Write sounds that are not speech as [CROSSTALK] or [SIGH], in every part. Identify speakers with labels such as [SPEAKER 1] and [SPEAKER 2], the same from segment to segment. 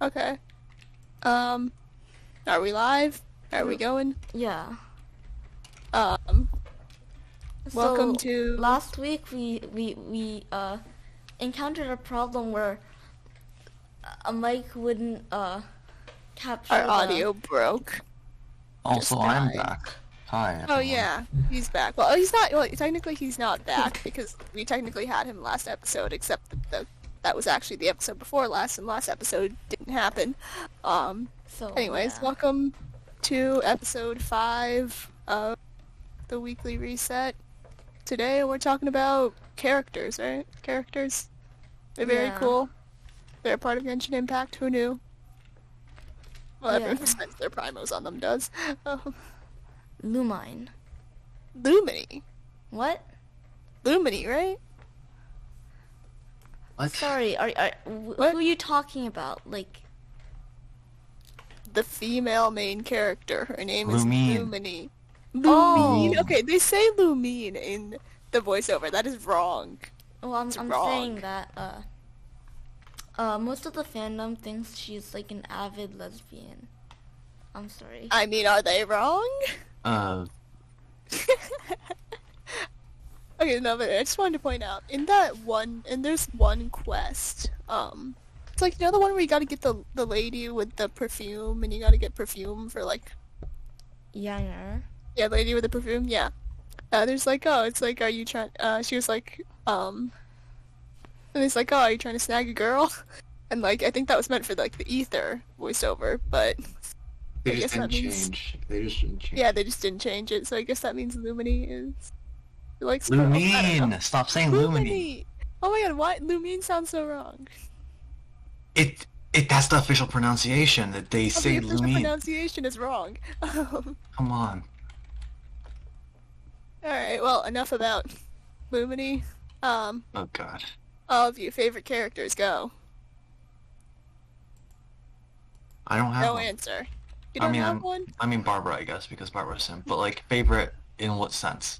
[SPEAKER 1] Okay. Um, are we live? Are we going?
[SPEAKER 2] Yeah.
[SPEAKER 1] Um, Welcome
[SPEAKER 2] So,
[SPEAKER 1] to-
[SPEAKER 2] Last week we we we uh encountered a problem where a mic wouldn't uh capture
[SPEAKER 1] our
[SPEAKER 2] the-
[SPEAKER 1] audio broke.
[SPEAKER 3] Also,
[SPEAKER 1] Just
[SPEAKER 3] Oh, I'm
[SPEAKER 1] died.
[SPEAKER 3] back. Hi.
[SPEAKER 1] Oh
[SPEAKER 3] everyone.
[SPEAKER 1] yeah, he's back. Well, he's not. Well, technically he's not [LAUGHS] back because we technically had him last episode, except that the, that was actually the episode before last, and last episode didn't happen. Um,
[SPEAKER 2] So
[SPEAKER 1] anyways,
[SPEAKER 2] Oh, yeah.
[SPEAKER 1] welcome to episode five of the weekly reset. Today we're talking about characters, right? Characters. They're very
[SPEAKER 2] Yeah.
[SPEAKER 1] cool. They're a part of Genshin Impact. Who knew? Well,
[SPEAKER 2] Yeah.
[SPEAKER 1] everyone spends their primos on them, does. Um,
[SPEAKER 2] Lumine.
[SPEAKER 1] Lumini.
[SPEAKER 2] What?
[SPEAKER 1] Lumini, right?
[SPEAKER 3] What?
[SPEAKER 2] Sorry, are are wh-
[SPEAKER 1] What?
[SPEAKER 2] who are you talking about? Like
[SPEAKER 1] The female main character. Her name
[SPEAKER 3] Lumine.
[SPEAKER 1] is Lumini.
[SPEAKER 2] Oh.
[SPEAKER 1] Lumine. Okay, they say Lumine in the voiceover. That is wrong.
[SPEAKER 2] well oh, I'm
[SPEAKER 1] It's
[SPEAKER 2] I'm
[SPEAKER 1] wrong.
[SPEAKER 2] saying that uh uh most of the fandom thinks she's like an avid lesbian. I'm sorry.
[SPEAKER 1] I mean, are they wrong? [LAUGHS]
[SPEAKER 3] Uh,
[SPEAKER 1] [LAUGHS] Okay, no, but I just wanted to point out in that one, and there's one quest. Um, it's like you know the one where you got to get the the lady with the perfume, and you got to get perfume for like [GASPS]
[SPEAKER 2] Yanger.
[SPEAKER 1] yeah, the lady with the perfume. Yeah, uh, there's like oh, it's like are you trying? Uh, she was like um, and it's like oh, are you trying to snag a girl? [LAUGHS] And like I think that was meant for like the ether voiceover, but
[SPEAKER 3] they
[SPEAKER 1] I guess
[SPEAKER 3] just didn't
[SPEAKER 1] that means-
[SPEAKER 3] change. They just didn't change.
[SPEAKER 1] yeah, they just didn't change it. So I guess that means Lumini is like squirrels, I don't know.
[SPEAKER 3] Lumine! Stop saying Lumine!
[SPEAKER 1] Lumini. Oh my god, why Lumine sounds so wrong.
[SPEAKER 3] It, it, that's the official pronunciation that they
[SPEAKER 1] Oh,
[SPEAKER 3] say
[SPEAKER 1] the official
[SPEAKER 3] Lumine.
[SPEAKER 1] pronunciation is wrong. [LAUGHS] Um,
[SPEAKER 3] Come on.
[SPEAKER 1] all right, well, enough about Lumini. Um,
[SPEAKER 3] Oh god.
[SPEAKER 1] all of you favorite characters go.
[SPEAKER 3] I don't have
[SPEAKER 1] No
[SPEAKER 3] one.
[SPEAKER 1] answer. You
[SPEAKER 3] Uh-huh. I
[SPEAKER 1] don't
[SPEAKER 3] mean,
[SPEAKER 1] have
[SPEAKER 3] I'm-
[SPEAKER 1] one?
[SPEAKER 3] I mean Barbara, I guess, because Barbara's simp. But like, favorite in what sense?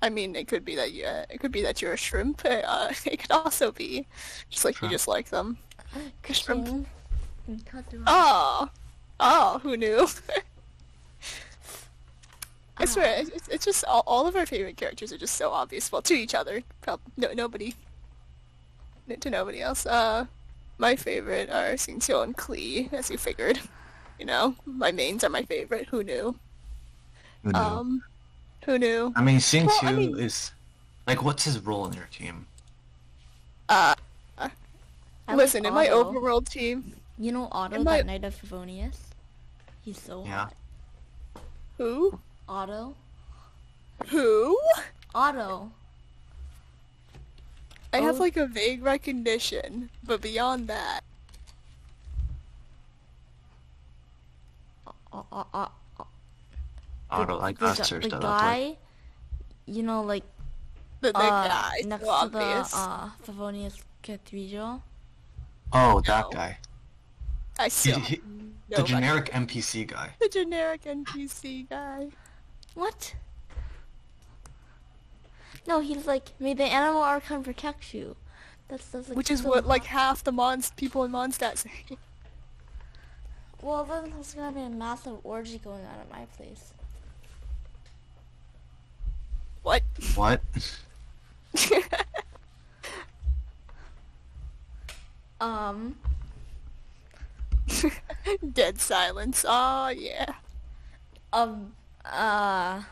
[SPEAKER 1] I mean, it could be that you, uh, it could be that you're a shrimp. Uh, [LAUGHS] it could also be just like
[SPEAKER 3] Shrimp.
[SPEAKER 1] you just like them. Shrimp.
[SPEAKER 2] Ka-ching. Cut the-
[SPEAKER 1] Oh, oh, who knew? [LAUGHS] I swear, it- it's, it's just all, all of our favorite characters are just so obvious. Well, to each other, prob- no, nobody, n- to nobody else. Uh, my favorite are Sincho and Klee, as you figured. You know, my mains are my favorite. Who knew?
[SPEAKER 3] Who knew?
[SPEAKER 1] Um, who knew?
[SPEAKER 3] I mean, Sin
[SPEAKER 1] well,
[SPEAKER 3] Chu
[SPEAKER 1] I mean-
[SPEAKER 3] is like, what's his role in your team?
[SPEAKER 2] I like
[SPEAKER 1] Uh, Listen, in my
[SPEAKER 2] Otto.
[SPEAKER 1] overworld team,
[SPEAKER 2] You know Otto,
[SPEAKER 1] In
[SPEAKER 2] that
[SPEAKER 1] my-
[SPEAKER 2] Knight of Favonius? He's so
[SPEAKER 3] Yeah.
[SPEAKER 2] hot.
[SPEAKER 1] who,
[SPEAKER 2] Otto?
[SPEAKER 1] who?
[SPEAKER 2] Otto.
[SPEAKER 1] I have
[SPEAKER 2] Oh.
[SPEAKER 1] like a vague recognition, but beyond that,
[SPEAKER 2] O- o- o- o-
[SPEAKER 3] Auto, like,
[SPEAKER 2] uh, the,
[SPEAKER 3] that's
[SPEAKER 2] gu-
[SPEAKER 3] her
[SPEAKER 2] the
[SPEAKER 3] stuff. Like,
[SPEAKER 2] guy, you know, like
[SPEAKER 1] the, the
[SPEAKER 2] uh,
[SPEAKER 1] guy,
[SPEAKER 2] next
[SPEAKER 1] so
[SPEAKER 2] to the
[SPEAKER 1] obvious.
[SPEAKER 2] uh, Favonius Cathedral.
[SPEAKER 3] oh, that
[SPEAKER 1] No.
[SPEAKER 3] guy.
[SPEAKER 1] I
[SPEAKER 3] He,
[SPEAKER 1] still
[SPEAKER 3] he-
[SPEAKER 1] know
[SPEAKER 3] the
[SPEAKER 1] about-
[SPEAKER 3] generic NPC guy.
[SPEAKER 1] the generic NPC guy.
[SPEAKER 2] What? No, he's like, may the animal archon protect you. That's, that's like,
[SPEAKER 1] Which is
[SPEAKER 2] so
[SPEAKER 1] what like
[SPEAKER 2] hot.
[SPEAKER 1] half the Mons people in Mondstadt say. [LAUGHS]
[SPEAKER 2] Well, then there's gonna be a massive orgy going on at my place.
[SPEAKER 1] What? [LAUGHS]
[SPEAKER 3] What? [LAUGHS]
[SPEAKER 2] Um,
[SPEAKER 1] Dead silence. Aw, yeah.
[SPEAKER 2] um, uh,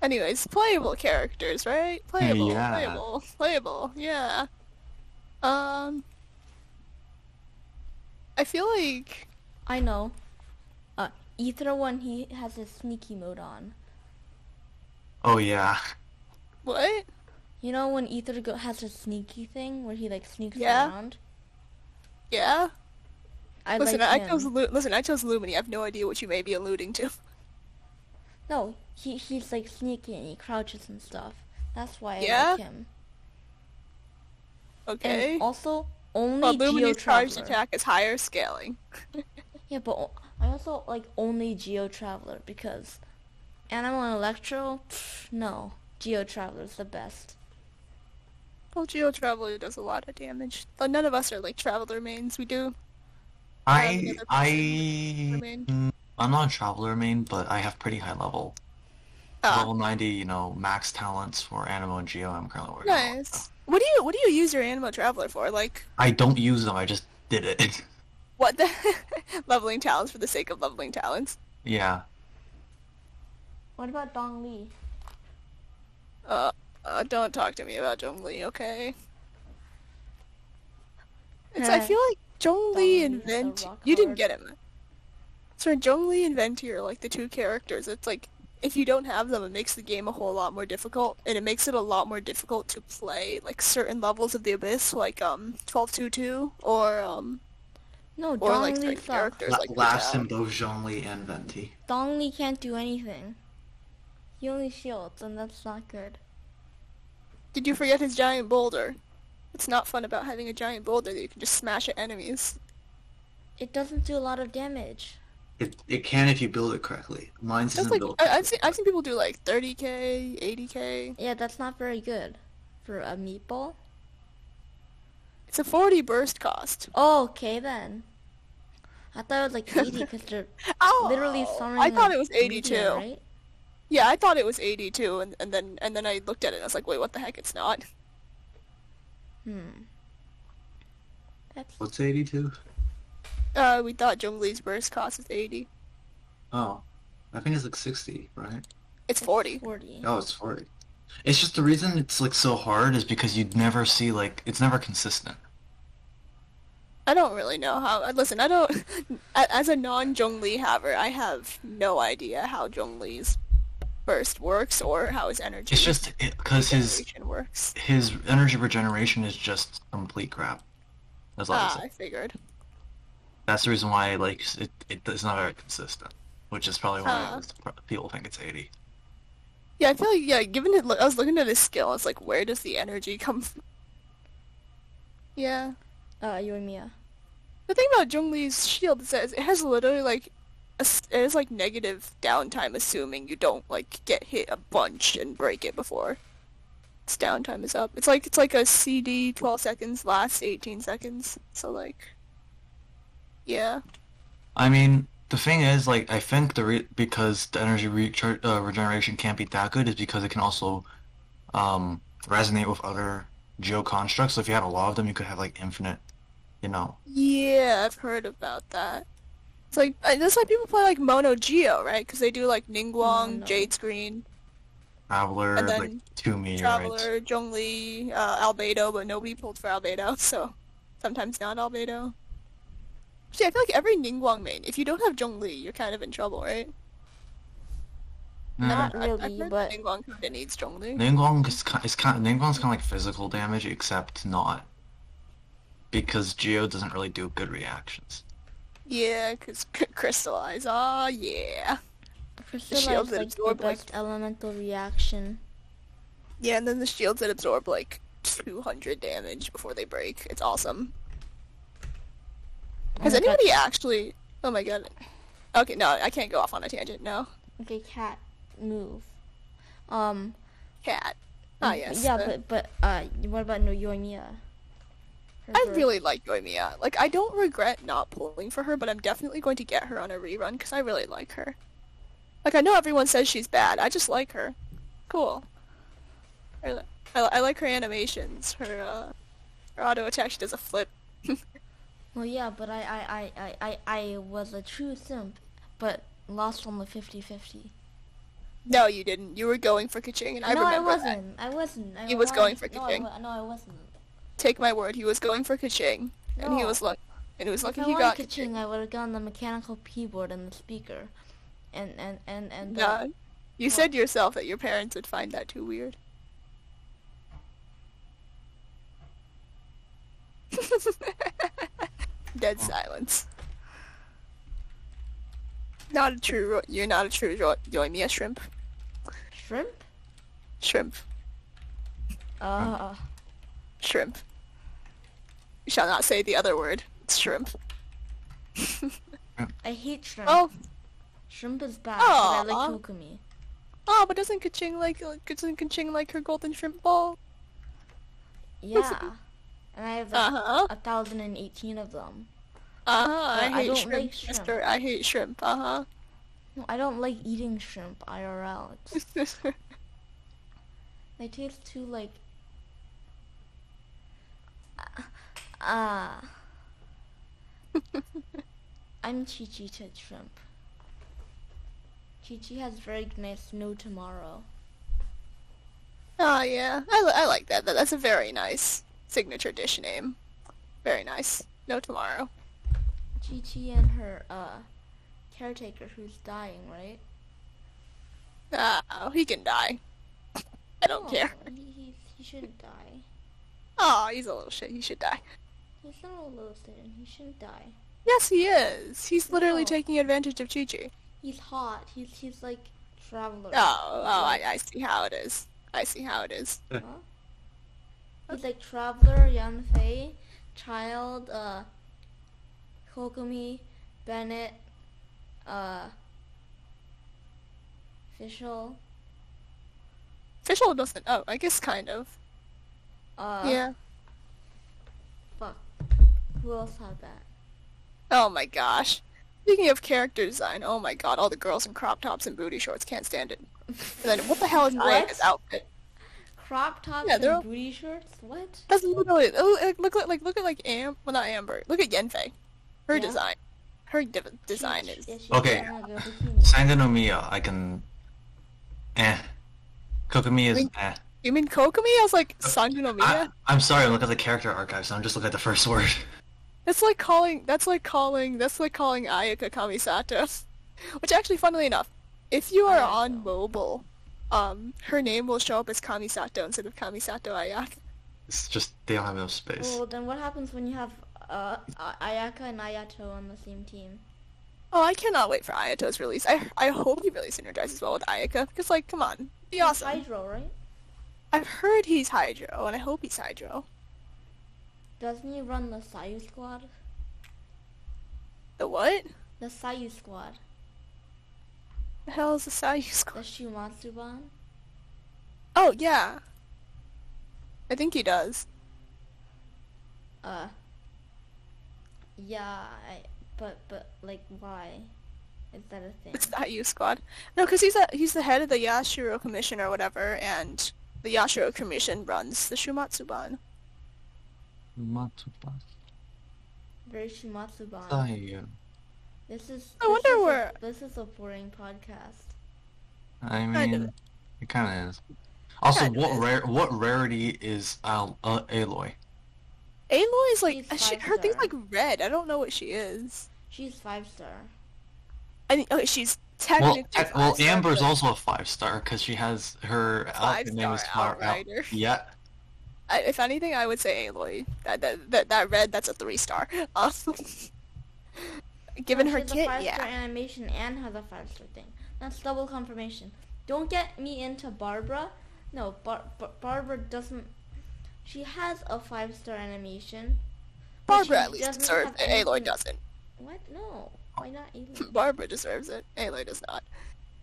[SPEAKER 1] Anyways, playable characters, right? Playable,
[SPEAKER 3] Yeah.
[SPEAKER 1] playable, playable. Yeah. Um, I feel like
[SPEAKER 2] I know. Uh, Ether one, he has his sneaky mode on.
[SPEAKER 3] Oh yeah.
[SPEAKER 1] what?
[SPEAKER 2] You know when Ether go- has his sneaky thing where he like sneaks
[SPEAKER 1] Yeah.
[SPEAKER 2] around.
[SPEAKER 1] Yeah.
[SPEAKER 2] I
[SPEAKER 1] listen,
[SPEAKER 2] like
[SPEAKER 1] I
[SPEAKER 2] him.
[SPEAKER 1] chose Lu- listen. I chose Lumini. I have no idea what you may be alluding to. [LAUGHS]
[SPEAKER 2] No, he he's like sneaky and he crouches and stuff. That's why I
[SPEAKER 1] Yeah?
[SPEAKER 2] like him. And
[SPEAKER 1] Okay.
[SPEAKER 2] also only
[SPEAKER 1] Well,
[SPEAKER 2] Geo
[SPEAKER 1] Lumini's charged
[SPEAKER 2] Traveler.
[SPEAKER 1] attack is higher scaling. [LAUGHS]
[SPEAKER 2] Yeah, but o- I also like only Geo Traveler because Animal and Electro. Pff, no, Geo Traveler's the best.
[SPEAKER 1] Well, Geo Traveler does a lot of damage. Though none of us are like Traveler mains. We do the
[SPEAKER 3] I
[SPEAKER 1] other
[SPEAKER 3] I
[SPEAKER 1] main?
[SPEAKER 3] mm, I'm not a traveler main, but I have pretty high level.
[SPEAKER 1] Ah,
[SPEAKER 3] Level 90, you know, max talents for Animo and Geo I'm currently working on.
[SPEAKER 1] nice. What do you what do you use your animal traveler for? Like
[SPEAKER 3] I don't use them, I just did it. [LAUGHS]
[SPEAKER 1] what the [LAUGHS] leveling talents for the sake of leveling talents?
[SPEAKER 3] yeah.
[SPEAKER 2] What about Dong Li?
[SPEAKER 1] Uh, uh don't talk to me about Zhongli, okay? It's, I
[SPEAKER 2] Huh.
[SPEAKER 1] feel like Zhongli
[SPEAKER 2] Dong
[SPEAKER 1] and
[SPEAKER 2] Li's a
[SPEAKER 1] Venti.
[SPEAKER 2] rock
[SPEAKER 1] You didn't
[SPEAKER 2] hard.
[SPEAKER 1] get him. So Zhongli and Venti are like the two characters. It's like if you don't have them, it makes the game a whole lot more difficult, and it makes it a lot more difficult to play like certain levels of the abyss, like um twelve two two or um
[SPEAKER 2] No,
[SPEAKER 1] or
[SPEAKER 2] Dong
[SPEAKER 1] like
[SPEAKER 2] Li
[SPEAKER 1] certain
[SPEAKER 2] sucks.
[SPEAKER 1] characters like
[SPEAKER 3] Laughs
[SPEAKER 1] that.
[SPEAKER 3] in both Zhongli and Venti.
[SPEAKER 2] Dong Li can't do anything. He only shields, and that's not good.
[SPEAKER 1] Did you forget his giant boulder? It's not fun about having a giant boulder that you can just smash at enemies.
[SPEAKER 2] It doesn't do a lot of damage.
[SPEAKER 3] It, it can if you build it correctly. Mine's
[SPEAKER 1] That's like uh, I, I've seen I've seen people do like 30k, 80k.
[SPEAKER 2] Yeah, that's not very good for a meatball.
[SPEAKER 1] It's a 40 burst cost.
[SPEAKER 2] Oh, okay then. I thought it was like 80 because they're
[SPEAKER 1] [LAUGHS] Oh,
[SPEAKER 2] literally summoning.
[SPEAKER 1] I thought
[SPEAKER 2] a
[SPEAKER 1] it was 82.
[SPEAKER 2] meteor, right?
[SPEAKER 1] Yeah, I thought it was 82, and, and then and then I looked at it and I was like, wait, what the heck? It's not.
[SPEAKER 2] Hmm. That's
[SPEAKER 3] What's 82?
[SPEAKER 1] Uh, we thought Zhongli's burst cost is 80.
[SPEAKER 3] Oh. I think it's like 60, right?
[SPEAKER 1] It's 40.
[SPEAKER 2] 40.
[SPEAKER 3] Oh, it's 40. It's just the reason it's like so hard is because you'd never see like it's never consistent.
[SPEAKER 1] I don't really know how. uh, Listen, I don't. [LAUGHS] a- As a non Zhongli haver, I have no idea how Zhongli's burst works or how his energy
[SPEAKER 3] It's just because his
[SPEAKER 1] regeneration works.
[SPEAKER 3] his energy regeneration is just complete crap. That's all I
[SPEAKER 1] Ah,
[SPEAKER 3] say.
[SPEAKER 1] I figured.
[SPEAKER 3] That's the reason why like it, it it's not very consistent, which is probably why
[SPEAKER 1] Ah.
[SPEAKER 3] it's- people think it's 80.
[SPEAKER 1] Yeah, I feel like yeah. Given it, I was looking at his skill. It's like, where does the energy come? from? Yeah.
[SPEAKER 2] Uh, you and Mia.
[SPEAKER 1] The thing about Zhongli's shield is that it has literally like, a s it is like negative downtime, assuming you don't like get hit a bunch and break it before its downtime is up. It's like it's like a CD twelve seconds, last eighteen seconds. So like, yeah,
[SPEAKER 3] I mean, the thing is, like, I think the re- because the energy recharge uh, regeneration can't be that good is because it can also um, resonate with other geo constructs. So if you had a lot of them, you could have like infinite, you know.
[SPEAKER 1] yeah. I've heard about that. It's like uh, that's why people play like Mono Geo, right? Because they do like Ningguang,
[SPEAKER 2] Mono.
[SPEAKER 1] Jade Screen,
[SPEAKER 3] Traveler,
[SPEAKER 1] And then
[SPEAKER 3] like two meteorites.
[SPEAKER 1] Traveler, Zhongli, uh, Albedo, but nobody pulled for Albedo, [LAUGHS] so sometimes not Albedo. See, I feel like every Ningguang main, if you don't have Zhongli, you're kind of in trouble, right?
[SPEAKER 3] Mm.
[SPEAKER 2] Not
[SPEAKER 1] I- I've
[SPEAKER 2] really,
[SPEAKER 1] heard
[SPEAKER 2] but
[SPEAKER 1] Ningguang kind of needs Zhongli.
[SPEAKER 3] Ningguang is kind, is kind, Ningguang's kind of like physical damage, except not because Geo doesn't really do good reactions.
[SPEAKER 1] Yeah, [LAUGHS] because Crystallize, aw, yeah.
[SPEAKER 2] Priscilla
[SPEAKER 1] shield
[SPEAKER 2] is
[SPEAKER 1] that
[SPEAKER 2] like the
[SPEAKER 1] absorb, like-
[SPEAKER 2] best elemental reaction.
[SPEAKER 1] Yeah, and then the shields that absorb like 200 damage before they break. It's awesome.
[SPEAKER 2] Oh
[SPEAKER 1] Has
[SPEAKER 2] my god.
[SPEAKER 1] anybody actually... Oh my god. Okay, no, I can't go off on a tangent, no.
[SPEAKER 2] Okay, cat, move. Um.
[SPEAKER 1] Cat. Ah, yes.
[SPEAKER 2] Mm, Yeah,
[SPEAKER 1] the-
[SPEAKER 2] but but uh, what about no you and Mia? Her
[SPEAKER 1] I
[SPEAKER 2] birth-
[SPEAKER 1] really like Yoimiya. Like, I don't regret not pulling for her, but I'm definitely going to get her on a rerun because I really like her. Like, I know everyone says she's bad. I just like her. Cool. I, li- I, li- I like her animations. Her, uh, her auto attack, she does a flip. [LAUGHS]
[SPEAKER 2] Well, yeah, but I I I I I I was a true simp, but lost on the 50-50.
[SPEAKER 1] No, you didn't. You were going for Kaching, and I
[SPEAKER 2] no, I
[SPEAKER 1] remember that.
[SPEAKER 2] wasn't. I wasn't. I
[SPEAKER 1] He was going
[SPEAKER 2] lied.
[SPEAKER 1] for
[SPEAKER 2] no, I
[SPEAKER 1] Kaching.
[SPEAKER 2] wa- no, I wasn't.
[SPEAKER 1] Take my word, he was going for Kaching, and he
[SPEAKER 2] No.
[SPEAKER 1] was lucky. And he was
[SPEAKER 2] If
[SPEAKER 1] lucky
[SPEAKER 2] I
[SPEAKER 1] he
[SPEAKER 2] wanted
[SPEAKER 1] got
[SPEAKER 2] Kaching, I would have gotten the mechanical keyboard and the speaker, and and and and. uh, um, the-
[SPEAKER 1] No, you said yourself that your parents would find that too weird. Dead silence. Not a true. Ro- you're not a true ro- Yoimiya shrimp.
[SPEAKER 2] shrimp.
[SPEAKER 1] Shrimp.
[SPEAKER 2] Uh,
[SPEAKER 1] Shrimp. You shall not say the other word. It's shrimp.
[SPEAKER 2] I hate shrimp.
[SPEAKER 1] Oh,
[SPEAKER 2] Shrimp is bad. but I like
[SPEAKER 1] Aw.
[SPEAKER 2] Kokumi.
[SPEAKER 1] oh, but doesn't Kaching like like- doesn't Kaching like her golden shrimp ball?
[SPEAKER 2] Yeah, and I have like,
[SPEAKER 1] Uh huh.
[SPEAKER 2] Uh-huh. a thousand and eighteen of them.
[SPEAKER 1] Uh-huh, I
[SPEAKER 2] I
[SPEAKER 1] hate
[SPEAKER 2] don't
[SPEAKER 1] shrimp,
[SPEAKER 2] like shrimp.
[SPEAKER 1] mister. I hate shrimp,
[SPEAKER 2] [LAUGHS]
[SPEAKER 1] uh-huh.
[SPEAKER 2] No, I don't like eating shrimp IRL. It's, they taste too like. uh, Ah. I'm Chichita shrimp. Chichi has very nice no tomorrow.
[SPEAKER 1] oh, yeah. I, li- I like that. that. That's a very nice signature dish name. Very nice. No tomorrow.
[SPEAKER 2] Chichi and her uh caretaker who's dying, right?
[SPEAKER 1] Oh, he can die. I don't care.
[SPEAKER 2] Aw, He, he, he shouldn't die.
[SPEAKER 1] Oh, he's a little shit. He should die.
[SPEAKER 2] He's not a loser and he shouldn't die.
[SPEAKER 1] Yes, he is. He's literally
[SPEAKER 2] No.
[SPEAKER 1] taking advantage of Chi-Chi.
[SPEAKER 2] He's hot. He's he's like traveler.
[SPEAKER 1] Oh, oh, I, I see how it is. I see how it is.
[SPEAKER 2] Huh? He's like Traveler, Yanfei, Child, uh, Kokumi, Bennett, uh, Fischl,
[SPEAKER 1] Fischl doesn't. Oh, I guess kind of.
[SPEAKER 2] uh,
[SPEAKER 1] yeah.
[SPEAKER 2] fuck. Who else had that?
[SPEAKER 1] Oh my gosh. Speaking of character design, oh my god, all the girls in crop tops and booty shorts can't stand it. And then what the hell is Aya's
[SPEAKER 2] What?
[SPEAKER 1] outfit?
[SPEAKER 2] Crop tops
[SPEAKER 1] Yeah,
[SPEAKER 2] and
[SPEAKER 1] they're all-
[SPEAKER 2] booty shorts? What?
[SPEAKER 1] That's literally oh, like, look at like look at like Am well not Amber. Look at Yenfei. Her
[SPEAKER 2] Yeah.
[SPEAKER 1] design. Her div- design
[SPEAKER 2] She-
[SPEAKER 1] is
[SPEAKER 2] yeah, she
[SPEAKER 3] Okay.
[SPEAKER 2] doesn't have a bikini.
[SPEAKER 3] Sanga no Miya, I can. Eh. Kokomi is
[SPEAKER 1] Wait.
[SPEAKER 3] eh.
[SPEAKER 1] You mean Kokomi? I was like Sanjunomiya?
[SPEAKER 3] I, I'm sorry, I'm looking at the character archive, so I'm just looking at the first [LAUGHS] word.
[SPEAKER 1] That's like calling. That's like calling. That's like calling Ayaka Kamisato. [LAUGHS] Which actually, funnily enough, if you are on mobile, um, her name will show up as Kamisato instead of Kamisato Ayaka.
[SPEAKER 3] It's just, they don't have enough space.
[SPEAKER 2] Well, then what happens when you have, uh, A- Ayaka and Ayato on the same team?
[SPEAKER 1] Oh, I cannot wait for Ayato's release. I I hope he really synergizes well with Ayaka because, like, come on, be
[SPEAKER 2] He's
[SPEAKER 1] awesome.
[SPEAKER 2] Hydro, right?
[SPEAKER 1] I've heard he's Hydro, and I hope he's Hydro.
[SPEAKER 2] Doesn't he run the Sayu squad?
[SPEAKER 1] The what?
[SPEAKER 2] The Sayu squad.
[SPEAKER 1] The hell is the Sayu [LAUGHS]
[SPEAKER 2] The
[SPEAKER 1] Squad?
[SPEAKER 2] Shumatsuban?
[SPEAKER 1] Oh yeah, I think he does.
[SPEAKER 2] Uh. Yeah, I, but but like why? Is that a thing?
[SPEAKER 1] It's the IU squad. No, because he's a, he's the head of the Yashiro Commission or whatever, and the Yashiro Commission runs the Shumatsuban.
[SPEAKER 3] Matsuba.
[SPEAKER 2] Very Shumatsuban.
[SPEAKER 3] Sayu.
[SPEAKER 2] This is.
[SPEAKER 1] I
[SPEAKER 2] this
[SPEAKER 1] wonder
[SPEAKER 2] is a-
[SPEAKER 1] where-
[SPEAKER 2] this is a boring podcast.
[SPEAKER 3] I
[SPEAKER 1] Kind of.
[SPEAKER 3] mean, it kind of is. Also,
[SPEAKER 1] Kind of
[SPEAKER 3] what
[SPEAKER 1] is.
[SPEAKER 3] rare what rarity is Al- uh, Aloy?
[SPEAKER 1] Aloy is like
[SPEAKER 2] She's
[SPEAKER 1] uh, she,
[SPEAKER 2] five
[SPEAKER 1] her thing's
[SPEAKER 2] star.
[SPEAKER 1] like red. I don't know what she is.
[SPEAKER 2] She's five star.
[SPEAKER 1] I mean, okay, she's
[SPEAKER 3] Well,
[SPEAKER 1] technically
[SPEAKER 3] tec- well,
[SPEAKER 1] five star,
[SPEAKER 3] Amber's
[SPEAKER 1] but-
[SPEAKER 3] also a five star because she has her outfit name is
[SPEAKER 1] Five-star
[SPEAKER 3] Flower Out-
[SPEAKER 1] Outrider.
[SPEAKER 3] Yeah,
[SPEAKER 1] I, if anything, I would say Aloy. That that that, that red, that's a three star. [LAUGHS] Um, given
[SPEAKER 2] No,
[SPEAKER 1] her
[SPEAKER 2] she has
[SPEAKER 1] kit,
[SPEAKER 2] a five star
[SPEAKER 1] yeah.
[SPEAKER 2] animation and has a five star thing. That's double confirmation. Don't get me into Barbara. No, Bar- Bar- Barbara doesn't. She has a five star animation. but
[SPEAKER 1] Barbara
[SPEAKER 2] she
[SPEAKER 1] at least
[SPEAKER 2] doesn't
[SPEAKER 1] deserves
[SPEAKER 2] have
[SPEAKER 1] it. Aloy
[SPEAKER 2] anything-
[SPEAKER 1] doesn't. [LAUGHS]
[SPEAKER 2] What? No. Why not alien?
[SPEAKER 1] Barbara deserves it. Aloy does not.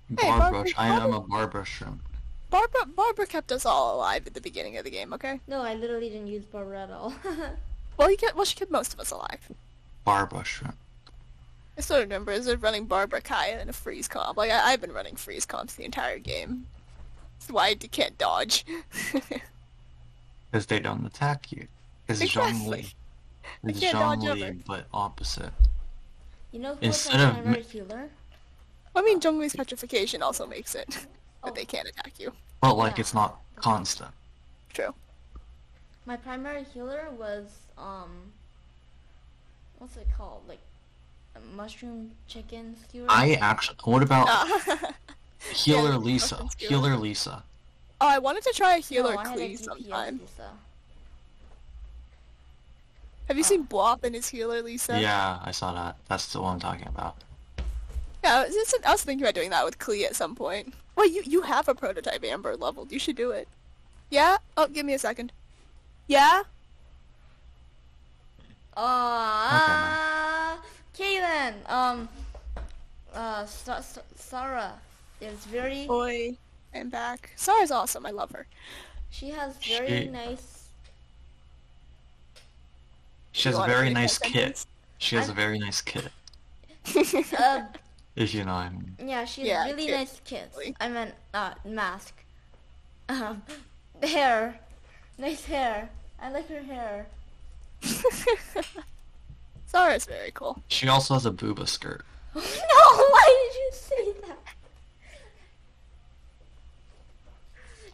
[SPEAKER 3] Barbara.
[SPEAKER 1] Barbara-
[SPEAKER 3] I am a Barbara shrimp.
[SPEAKER 1] Barbara Barbara kept us all alive at the beginning of the game. Okay.
[SPEAKER 2] No, I literally didn't use Barbara at all. [LAUGHS]
[SPEAKER 1] Well, he kept well she kept most of us alive.
[SPEAKER 3] Barbara shrimp.
[SPEAKER 1] I still remember is it running Barbara Kaya in a freeze comp. Like I, I've been running freeze comps the entire game. That's why you can't dodge. [LAUGHS]
[SPEAKER 3] Because they don't attack you. It's Zhang
[SPEAKER 1] Exactly.
[SPEAKER 3] Li. It's
[SPEAKER 1] can't dodge
[SPEAKER 3] Zhang Li,
[SPEAKER 1] ever.
[SPEAKER 3] but opposite.
[SPEAKER 2] you know who
[SPEAKER 3] Instead
[SPEAKER 2] was
[SPEAKER 3] of
[SPEAKER 2] my
[SPEAKER 3] ma-
[SPEAKER 2] primary healer?
[SPEAKER 1] I mean, Jungli's petrification also makes it
[SPEAKER 2] Oh.
[SPEAKER 1] that they can't attack you.
[SPEAKER 3] But like,
[SPEAKER 2] Yeah.
[SPEAKER 3] it's not constant.
[SPEAKER 1] True.
[SPEAKER 2] My primary healer was um, what's it called? Like a mushroom chicken skewer.
[SPEAKER 3] I actually. What about
[SPEAKER 2] Oh.
[SPEAKER 1] Uh, [LAUGHS]
[SPEAKER 3] healer
[SPEAKER 1] Mm-hmm. yeah,
[SPEAKER 3] Lisa?
[SPEAKER 1] Austin's good.
[SPEAKER 3] Healer Lisa.
[SPEAKER 1] oh, I wanted to try a healer
[SPEAKER 2] no, I had a
[SPEAKER 1] Klee
[SPEAKER 2] DPS
[SPEAKER 1] sometime.
[SPEAKER 2] Lisa.
[SPEAKER 1] Have you
[SPEAKER 2] Oh.
[SPEAKER 1] seen Blop and his healer Lisa?
[SPEAKER 3] Yeah, I saw that. That's the one I'm talking about.
[SPEAKER 1] Yeah, I was, it's- I was thinking about doing that with Klee at some point. Well, you you have a prototype Amber leveled. You should do it. Yeah. Oh, give me a second. Yeah.
[SPEAKER 2] Uh, Kaylin. Um, uh, Sa- Sa- Sarah is very.
[SPEAKER 3] Oh,
[SPEAKER 1] Boy, I'm back. Sarah's awesome. I love her.
[SPEAKER 2] She has very
[SPEAKER 3] She-
[SPEAKER 2] nice.
[SPEAKER 3] She has
[SPEAKER 1] You
[SPEAKER 3] a
[SPEAKER 1] wanna
[SPEAKER 3] very
[SPEAKER 1] finish
[SPEAKER 3] nice
[SPEAKER 1] that
[SPEAKER 3] kit.
[SPEAKER 1] sentence?
[SPEAKER 3] She She has
[SPEAKER 2] I-
[SPEAKER 3] a very nice kit,
[SPEAKER 2] Uh,
[SPEAKER 1] Um. [LAUGHS]
[SPEAKER 3] if you know what I mean.
[SPEAKER 2] yeah, she has
[SPEAKER 1] Yeah,
[SPEAKER 2] really
[SPEAKER 1] kid.
[SPEAKER 2] nice kids. I meant uh, mask. Um, [LAUGHS] hair, nice hair. I like her hair. [LAUGHS]
[SPEAKER 1] Zara's very cool.
[SPEAKER 3] She also has a booba skirt.
[SPEAKER 2] no, why did you say that?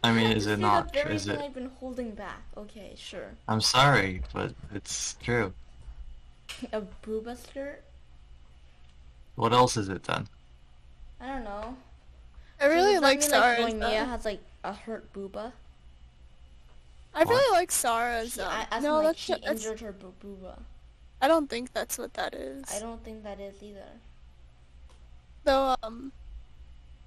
[SPEAKER 3] I
[SPEAKER 2] [LAUGHS]
[SPEAKER 3] mean, is it not?
[SPEAKER 2] The very
[SPEAKER 3] Is
[SPEAKER 2] thing
[SPEAKER 3] it?
[SPEAKER 2] I've been holding back. Okay, sure. [LAUGHS]
[SPEAKER 3] I'm sorry, but it's true.
[SPEAKER 2] A booba skirt.
[SPEAKER 3] What else is it then?
[SPEAKER 2] I don't know.
[SPEAKER 1] I really
[SPEAKER 2] Does that
[SPEAKER 1] like
[SPEAKER 2] mean,
[SPEAKER 1] Zara's.
[SPEAKER 2] Like, when Mia
[SPEAKER 1] uh,
[SPEAKER 2] has like a hurt booba.
[SPEAKER 1] I really
[SPEAKER 3] What?
[SPEAKER 1] like Sarah's.
[SPEAKER 2] She,
[SPEAKER 1] Um,
[SPEAKER 2] I, I
[SPEAKER 1] no,
[SPEAKER 2] no, like,
[SPEAKER 1] that's,
[SPEAKER 2] she
[SPEAKER 1] not- that's
[SPEAKER 2] injured her bo- booba.
[SPEAKER 1] I don't think that's what that is.
[SPEAKER 2] I don't think that is either.
[SPEAKER 1] Though, um,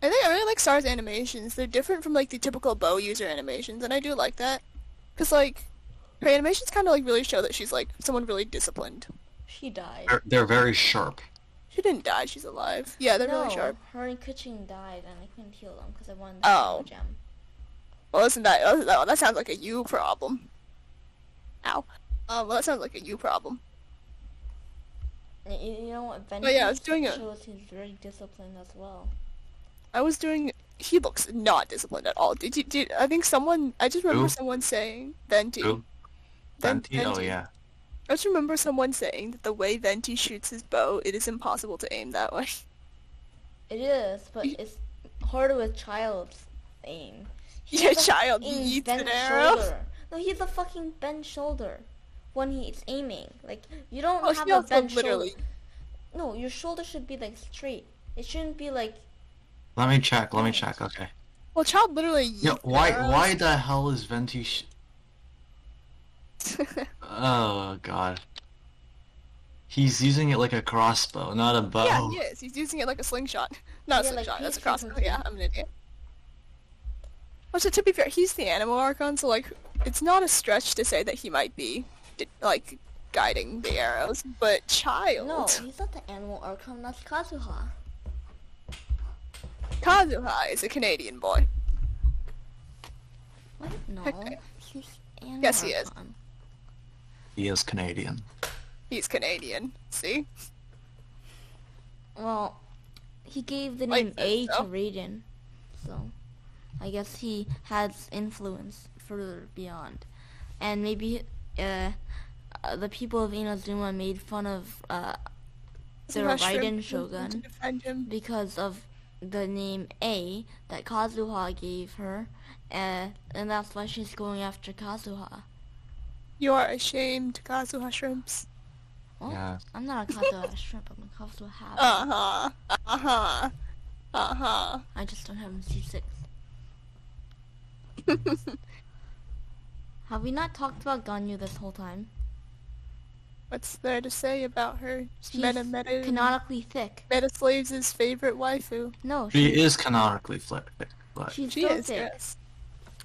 [SPEAKER 1] I think I really like Star's animations. They're different from like the typical bow user animations, and I do like that. Cause like her animations kind of like really show that she's like someone really disciplined.
[SPEAKER 2] She died.
[SPEAKER 3] They're, they're very sharp.
[SPEAKER 1] She didn't die. She's alive. Yeah, they're
[SPEAKER 2] no,
[SPEAKER 1] really sharp.
[SPEAKER 2] her and Kuching died, and I couldn't heal them because I wanted the
[SPEAKER 1] Oh.
[SPEAKER 2] oh. gem.
[SPEAKER 1] Well, isn't that oh, that, that sounds like a you problem? Ow. Um, well, that sounds like a you problem.
[SPEAKER 2] Y- You, you know what? Vengeance
[SPEAKER 1] yeah, I was doing a-
[SPEAKER 2] shows he's very disciplined as well.
[SPEAKER 1] I was doing. He looks not disciplined at all. Did you? Did I think someone? I just remember
[SPEAKER 3] Who?
[SPEAKER 1] someone saying Venti.
[SPEAKER 3] Who?
[SPEAKER 1] Ven-
[SPEAKER 3] Venti? Oh
[SPEAKER 1] Venti.
[SPEAKER 3] yeah.
[SPEAKER 1] I just remember someone saying that the way Venti shoots his bow, it is impossible to aim that way.
[SPEAKER 2] It is, but
[SPEAKER 1] Y-
[SPEAKER 2] it's harder with child's aim.
[SPEAKER 1] [LAUGHS] Your
[SPEAKER 2] He's a
[SPEAKER 1] child
[SPEAKER 2] fucking
[SPEAKER 1] yeets an
[SPEAKER 2] bent
[SPEAKER 1] [LAUGHS] arrow.
[SPEAKER 2] Shoulder. No, he's a fucking bent shoulder when he's aiming. Like you don't
[SPEAKER 1] Oh,
[SPEAKER 2] have
[SPEAKER 1] she
[SPEAKER 2] a
[SPEAKER 1] also
[SPEAKER 2] bent
[SPEAKER 1] literally.
[SPEAKER 2] shoulder. No, your shoulder should be like straight. It shouldn't be like
[SPEAKER 3] Let me check. Let me check. Okay.
[SPEAKER 1] Well, child literally.
[SPEAKER 3] Yeah.
[SPEAKER 1] yeets
[SPEAKER 3] Why?
[SPEAKER 1] arrows.
[SPEAKER 3] Why the hell is Venti? Sh- oh God. He's using it like a crossbow, not a
[SPEAKER 1] [LAUGHS]
[SPEAKER 3] bow.
[SPEAKER 1] yeah, he is. He's using it like a slingshot. [LAUGHS] Not
[SPEAKER 2] Yeah,
[SPEAKER 1] a
[SPEAKER 2] like
[SPEAKER 1] slingshot. that's a
[SPEAKER 2] he's
[SPEAKER 1] crossbow.
[SPEAKER 2] using-
[SPEAKER 1] Yeah, I'm an idiot. Also, to be fair, he's the animal archon, so like, it's not a stretch to say that he might be, di- like, guiding the arrows. But child,
[SPEAKER 2] no. He's not the animal archon. That's Kazuha.
[SPEAKER 1] Kazuha is a Canadian boy. [LAUGHS]
[SPEAKER 2] What? No,
[SPEAKER 1] Okay.
[SPEAKER 2] he's animal
[SPEAKER 1] Yes, he is.
[SPEAKER 2] archon. is.
[SPEAKER 3] He is Canadian.
[SPEAKER 1] He's Canadian. See,
[SPEAKER 2] Well, he gave the
[SPEAKER 1] Like
[SPEAKER 2] name
[SPEAKER 1] this,
[SPEAKER 2] A to
[SPEAKER 1] though.
[SPEAKER 2] Raiden, so I guess he has influence further beyond, and maybe uh, uh, the people of Inazuma made fun of uh,
[SPEAKER 1] So
[SPEAKER 2] They're a
[SPEAKER 1] Mushroom
[SPEAKER 2] Raiden
[SPEAKER 1] is going to
[SPEAKER 2] shogun.
[SPEAKER 1] defend him.
[SPEAKER 2] because of the name A that Kazuha gave her, uh, and that's why she's going after Kazuha.
[SPEAKER 1] You are ashamed, Kazuha shrimps.
[SPEAKER 2] Well,
[SPEAKER 3] Yeah.
[SPEAKER 2] I'm
[SPEAKER 1] [LAUGHS]
[SPEAKER 2] not a Kazuha shrimp. I'm a Kazuha.
[SPEAKER 1] Uh huh. Uh huh. Uh huh.
[SPEAKER 2] I just don't have a C6. Have we not talked about Ganyu this whole time?
[SPEAKER 1] What's there to say about her?
[SPEAKER 2] She's
[SPEAKER 1] Meta Meta
[SPEAKER 2] canonically thick.
[SPEAKER 1] Meta Slaves' his favorite waifu.
[SPEAKER 2] No,
[SPEAKER 3] She
[SPEAKER 2] she,
[SPEAKER 3] is canonically flipped, but
[SPEAKER 2] she's
[SPEAKER 1] She
[SPEAKER 2] still
[SPEAKER 1] is,
[SPEAKER 2] thick.
[SPEAKER 1] yes.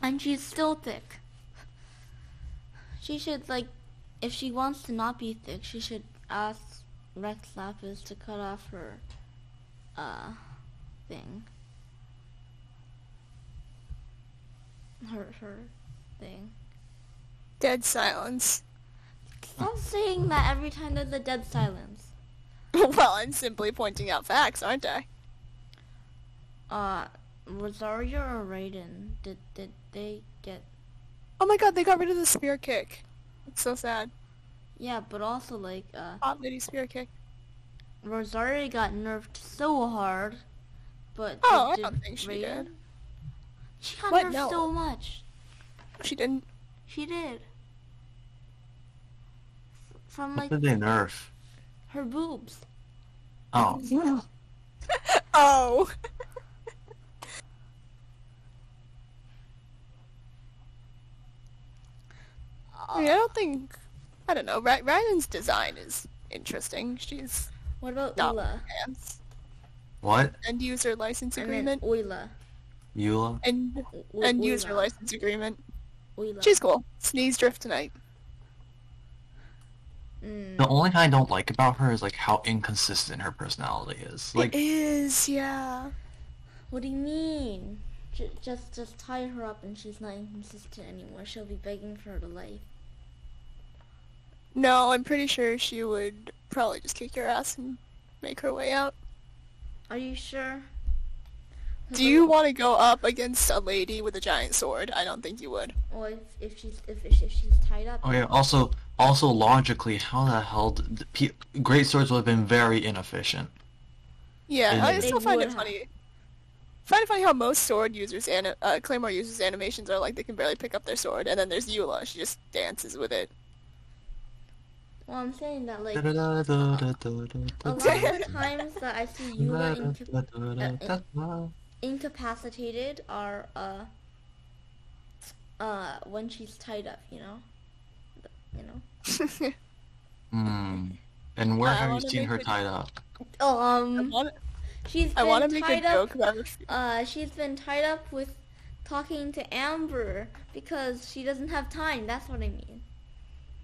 [SPEAKER 2] And she's still thick. She should, like, if she wants to not be thick, she should ask Rex Lapis to cut off her, uh, thing. Her, her thing.
[SPEAKER 1] Dead silence. [LAUGHS]
[SPEAKER 2] Stop saying that every time there's a dead silence.
[SPEAKER 1] well, I'm simply pointing out facts, aren't I?
[SPEAKER 2] Uh, Rosario or Raiden? Did did they get?
[SPEAKER 1] Oh my god, they got rid of the spear kick. It's so sad.
[SPEAKER 2] Yeah, but also like uh,
[SPEAKER 1] Hot lady spear kick.
[SPEAKER 2] Rosario got nerfed so hard, but
[SPEAKER 1] Oh, I
[SPEAKER 2] did
[SPEAKER 1] don't think she
[SPEAKER 2] Raiden?
[SPEAKER 1] did.
[SPEAKER 2] She got
[SPEAKER 1] What?
[SPEAKER 2] nerfed
[SPEAKER 1] No.
[SPEAKER 2] so much.
[SPEAKER 1] She didn't. [LAUGHS]
[SPEAKER 2] She did. F- From like
[SPEAKER 3] what did they nerf?
[SPEAKER 2] her boobs.
[SPEAKER 3] Oh,
[SPEAKER 1] [LAUGHS] Oh.
[SPEAKER 2] Uh,
[SPEAKER 1] I, mean, I don't think. I don't know. Ra- Ryan's design is interesting. She's
[SPEAKER 2] What about
[SPEAKER 1] not
[SPEAKER 2] Ula?
[SPEAKER 1] pants.
[SPEAKER 3] what?
[SPEAKER 1] End user license
[SPEAKER 2] And then
[SPEAKER 1] agreement.
[SPEAKER 2] Oila.
[SPEAKER 3] Eula?
[SPEAKER 1] And
[SPEAKER 2] O-
[SPEAKER 1] end user
[SPEAKER 2] Oila.
[SPEAKER 1] license agreement.
[SPEAKER 2] Oila.
[SPEAKER 1] She's cool. Sneeze drift tonight.
[SPEAKER 2] Mm.
[SPEAKER 3] The only thing I don't like about her is like how inconsistent her personality is. Like,
[SPEAKER 1] it is, yeah.
[SPEAKER 2] What do you mean? J- just just tie her up and she's not inconsistent anymore. She'll be begging for her life.
[SPEAKER 1] No, I'm pretty sure she would probably just kick your ass and make her way out.
[SPEAKER 2] Are you sure?
[SPEAKER 1] Do you want to go up against a lady with a giant sword? I don't think you would.
[SPEAKER 2] Well, if, if she's if, if she's tied up.
[SPEAKER 3] Oh yeah. Also, also logically, how the hell did the pe- great swords would have been very inefficient?
[SPEAKER 1] Yeah, I
[SPEAKER 3] Mhm.
[SPEAKER 1] still
[SPEAKER 2] They
[SPEAKER 1] find
[SPEAKER 2] would
[SPEAKER 1] it
[SPEAKER 2] have-
[SPEAKER 1] funny. Find it funny how most sword users and uh, claymore users animations are like they can barely pick up their sword, and then there's Eula. She just dances with it. [LAUGHS]
[SPEAKER 2] Well, I'm saying that like a
[SPEAKER 1] uh,
[SPEAKER 2] lot
[SPEAKER 3] Da-da-da-da-da-da-da-da.
[SPEAKER 2] of the times that I see you are inca-
[SPEAKER 3] Da-da-da-da-da-da.
[SPEAKER 2] incapacitated are uh uh when she's tied up. You know. You know.
[SPEAKER 1] Mm-hmm.
[SPEAKER 3] Hmm. And where
[SPEAKER 1] I
[SPEAKER 3] have you
[SPEAKER 1] wanna
[SPEAKER 3] seen
[SPEAKER 1] make
[SPEAKER 3] her
[SPEAKER 1] a-
[SPEAKER 3] tied up?
[SPEAKER 2] Oh,
[SPEAKER 1] I
[SPEAKER 2] um,
[SPEAKER 1] wanna-
[SPEAKER 2] she's
[SPEAKER 1] I want to
[SPEAKER 2] been
[SPEAKER 1] make a
[SPEAKER 2] tied up
[SPEAKER 1] joke about it.
[SPEAKER 2] Uh, she's been tied up with talking to Amber because she doesn't have time. That's what I mean.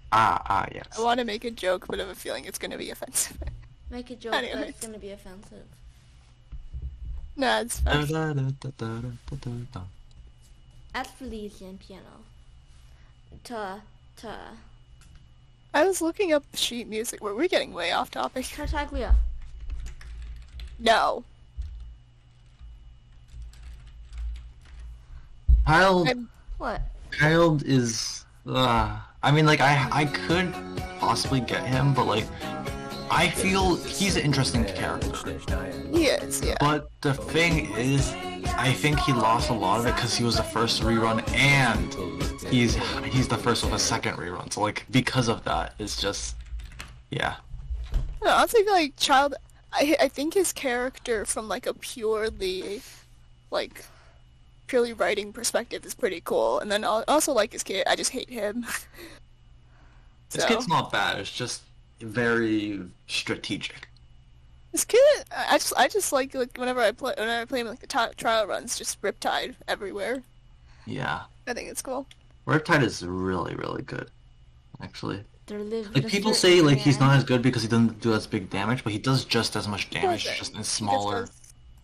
[SPEAKER 3] Ah, ah, yes.
[SPEAKER 1] I want to make a joke, but I have a feeling it's going to be offensive. [LAUGHS]
[SPEAKER 2] Make a joke, but
[SPEAKER 1] Anyways.
[SPEAKER 2] it's gonna be offensive.
[SPEAKER 1] nah, it's fine.
[SPEAKER 3] Da-da-da-da-da-da-da-da.
[SPEAKER 2] That's for Elysian piano. Ta ta
[SPEAKER 1] I was looking up sheet music. We're, we're getting way off topic.
[SPEAKER 2] Tartaglia.
[SPEAKER 1] No.
[SPEAKER 3] Child,
[SPEAKER 1] I'm-
[SPEAKER 2] What?
[SPEAKER 3] child is. Uh, I mean, like I, I could possibly get him, but like, I feel he's an interesting character.
[SPEAKER 1] He is, yeah.
[SPEAKER 3] But the thing is, I think he lost a lot of it because he was the first rerun, and he's he's the first of a second rerun. So like, because of that, it's just, yeah.
[SPEAKER 1] No, I think like child. I I think his character from like a purely, like, purely writing perspective is pretty cool. And then al- also like his kid, I just hate him. [LAUGHS]
[SPEAKER 3] This
[SPEAKER 1] So-
[SPEAKER 3] kid's not bad. It's just very strategic.
[SPEAKER 1] This kid, I I just I just like like whenever I play whenever I play him like the ti trial runs, just riptide everywhere.
[SPEAKER 3] Yeah.
[SPEAKER 1] I think it's cool.
[SPEAKER 3] Riptide is really, really good, actually.
[SPEAKER 2] They're living.
[SPEAKER 3] Like people say, like he's not as good because he doesn't do as big damage, but he does just as much damage,
[SPEAKER 1] does it.
[SPEAKER 3] just in
[SPEAKER 1] He
[SPEAKER 3] smaller,
[SPEAKER 1] does-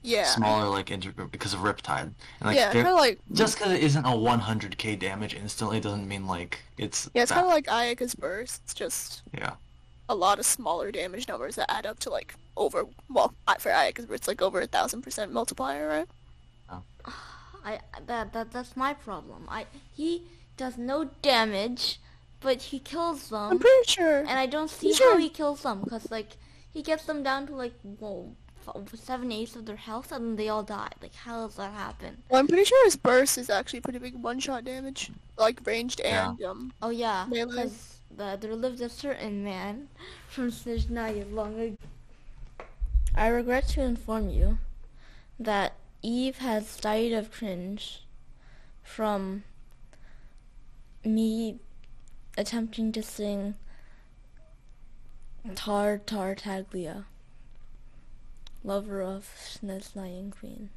[SPEAKER 1] Yeah.
[SPEAKER 3] smaller like inter- because of Riptide. And like,
[SPEAKER 1] yeah,
[SPEAKER 3] they're-
[SPEAKER 1] kind of like
[SPEAKER 3] just because it isn't a 100k damage instantly doesn't mean like it's
[SPEAKER 1] yeah, it's
[SPEAKER 3] that-
[SPEAKER 1] kind of like Ayaka's burst. It's just
[SPEAKER 3] yeah.
[SPEAKER 1] a lot of smaller damage numbers that add up to like over well I- for Ayaka's burst, it's like over a thousand percent multiplier, right?
[SPEAKER 2] I that that that's my problem. I he does no damage, but he kills
[SPEAKER 1] I'm
[SPEAKER 2] them,
[SPEAKER 1] pretty sure.
[SPEAKER 2] and I don't see
[SPEAKER 1] Sure.
[SPEAKER 2] how he kills them because like he gets them down to like whoa, f- seven eighths of their health, and then they all die. Like how does that happen?
[SPEAKER 1] Well, I'm pretty sure his burst is actually pretty big one-shot damage, like ranged
[SPEAKER 3] Yeah.
[SPEAKER 1] and um.
[SPEAKER 2] Oh yeah,
[SPEAKER 1] They live-
[SPEAKER 2] because the, there lived a certain man from Snezhnaya long ago. I regret to inform you that Eve has died of cringe from me attempting to sing Tar Tar Taglia, lover of Snezhnaya Queen.